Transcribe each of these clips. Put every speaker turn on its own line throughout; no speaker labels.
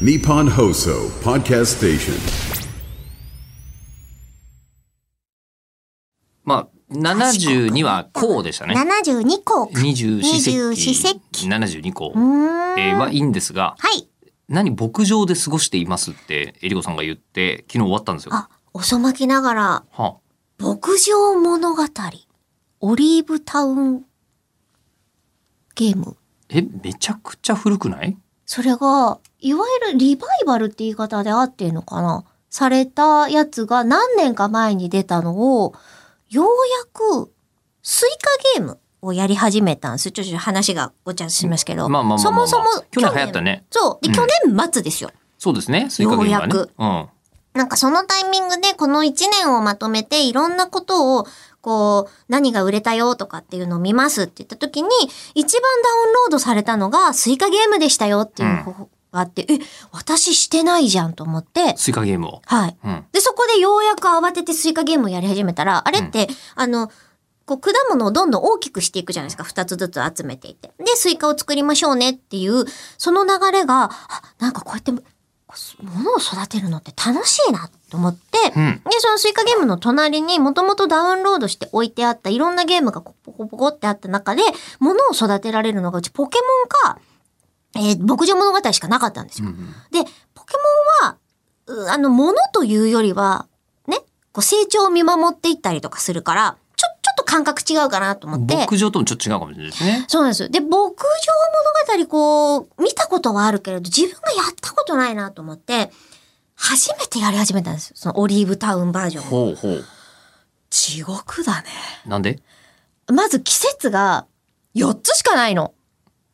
Nippon Hoso Podcast Station.
まあ、72はこうでしたね。
72項か。
二十四節
二十四
気
節。
七十二項。え
ーん
ーはいいんですが、
はい。
何牧場で過ごしていますって、えりこさんが言って、昨日終わったんですよ。は
あ、遅まきながら、
あ、
牧場物語、オリーブタウンゲーム。
え、めちゃくちゃ古くない
それが、いわゆるリバイバルって言い方で合ってんのかなされたやつが何年か前に出たのを、ようやく、スイカゲームをやり始めたんです。ちょっと話がごちゃっとしますけど。
まあまあまあまあ
そもそも、
去年流行ったね。
そう。で、
うん
去年末ですよ。
そうですね、スイカゲームはね。
よう
うん。
なんかそのタイミングでこの1年をまとめていろんなことをこう何が売れたよとかっていうのを見ますって言った時に一番ダウンロードされたのがスイカゲームでしたよっていう方法があって、え、私してないじゃんと思って、
スイカゲームを。
はい。
うん。
で、そこでようやく慌ててスイカゲームをやり始めたら、あれって、あの、こう果物をどんどん大きくしていくじゃないですか。二つずつ集めていって。で、スイカを作りましょうねっていう、その流れが、あなんかこうやって、こう物を育てるのって楽しいなと思って、
うん
で、そのスイカゲームの隣にもともとダウンロードして置いてあったいろんなゲームがこうポコポコってあった中で、物を育てられるのがうちポケモンか、えー牧場物語しかなかったんですよ。で、ポケモンは、うあの、物というよりは、ね、こう成長を見守っていったりとかするから、ちょ、ちょっと感覚違うかなと思って。
牧場ともちょっと違うかもしれないですね。
そうなんですよ。で、牧場物語こう、見たことはあるけれど、自分がやったことないなと思って、初めてやり始めたんですよ。そのオリーブタウンバージョンを。
ほうほう。
地獄だね。
なんで
まず季節が4つしかないの。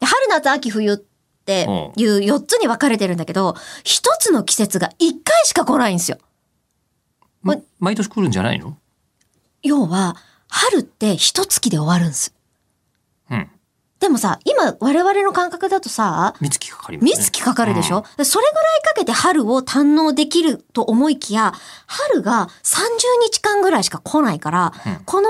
春夏秋冬っていう4つに分かれてるんだけど、1つの季節が1回しか来ないんですよ。
ま、毎年来るんじゃないの
要は、春って一月で終わるんです。
うん。
でもさ、今我々の感覚だとさ、
三月かかりますね。
三月かかるでしょ、それぐらいかけて春を堪能できると思いきや、春が30日間ぐらいしか来ないから、この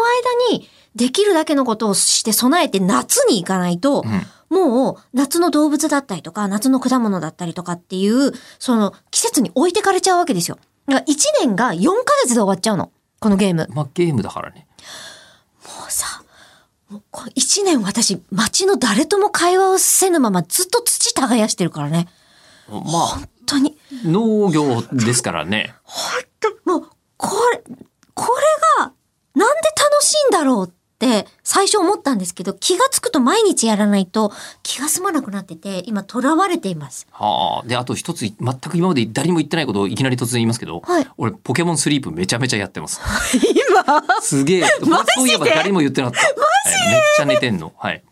間にできるだけのことをして備えて夏に行かないと、もう夏の動物だったりとか、夏の果物だったりとかっていう、その季節に置いてかれちゃうわけですよ。だから1年が4ヶ月で終わっちゃうの。このゲーム。
まあゲームだからね。
もうさ、もうこ一年私、街の誰とも会話をせぬままずっと土耕してるからね。
まあ、
本当に。
農業ですからね。
本当もう、これ、これが、なんで楽しいんだろうって、最初思ったんですけど、気がつくと毎日やらないと気が済まなくなってて、今囚われています。
はあ。で、あと一つ、全く今まで誰にも言ってないことをいきなり突然言いますけど、
はい
俺、ポケモンスリープめちゃめちゃやって ます。今すげえ。そういえば誰にも言ってなかった。はいめっちゃ寝てんの。はい。